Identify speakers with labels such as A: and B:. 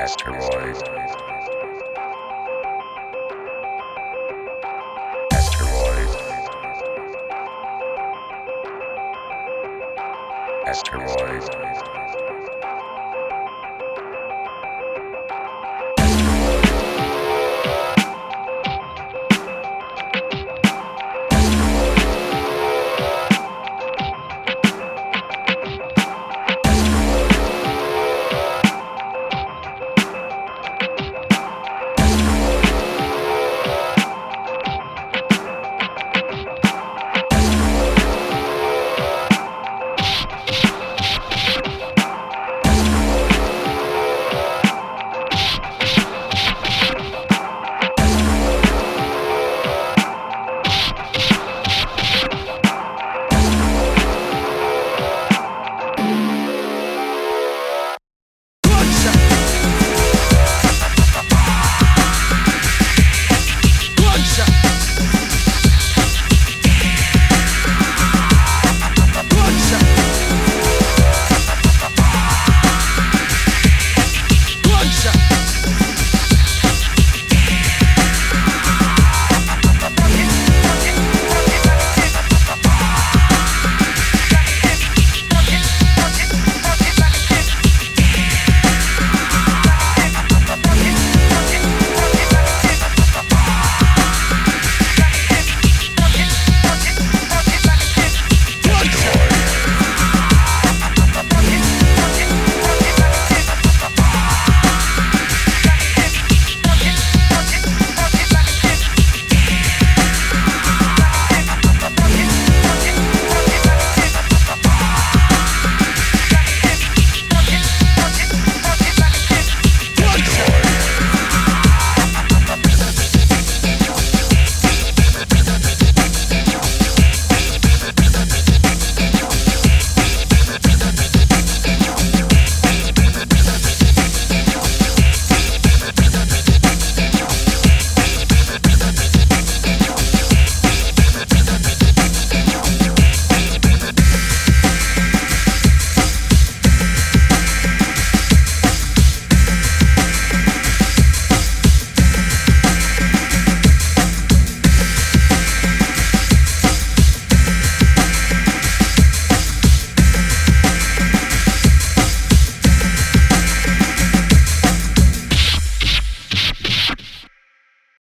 A: Asteroid. Asteroid. Asteroid.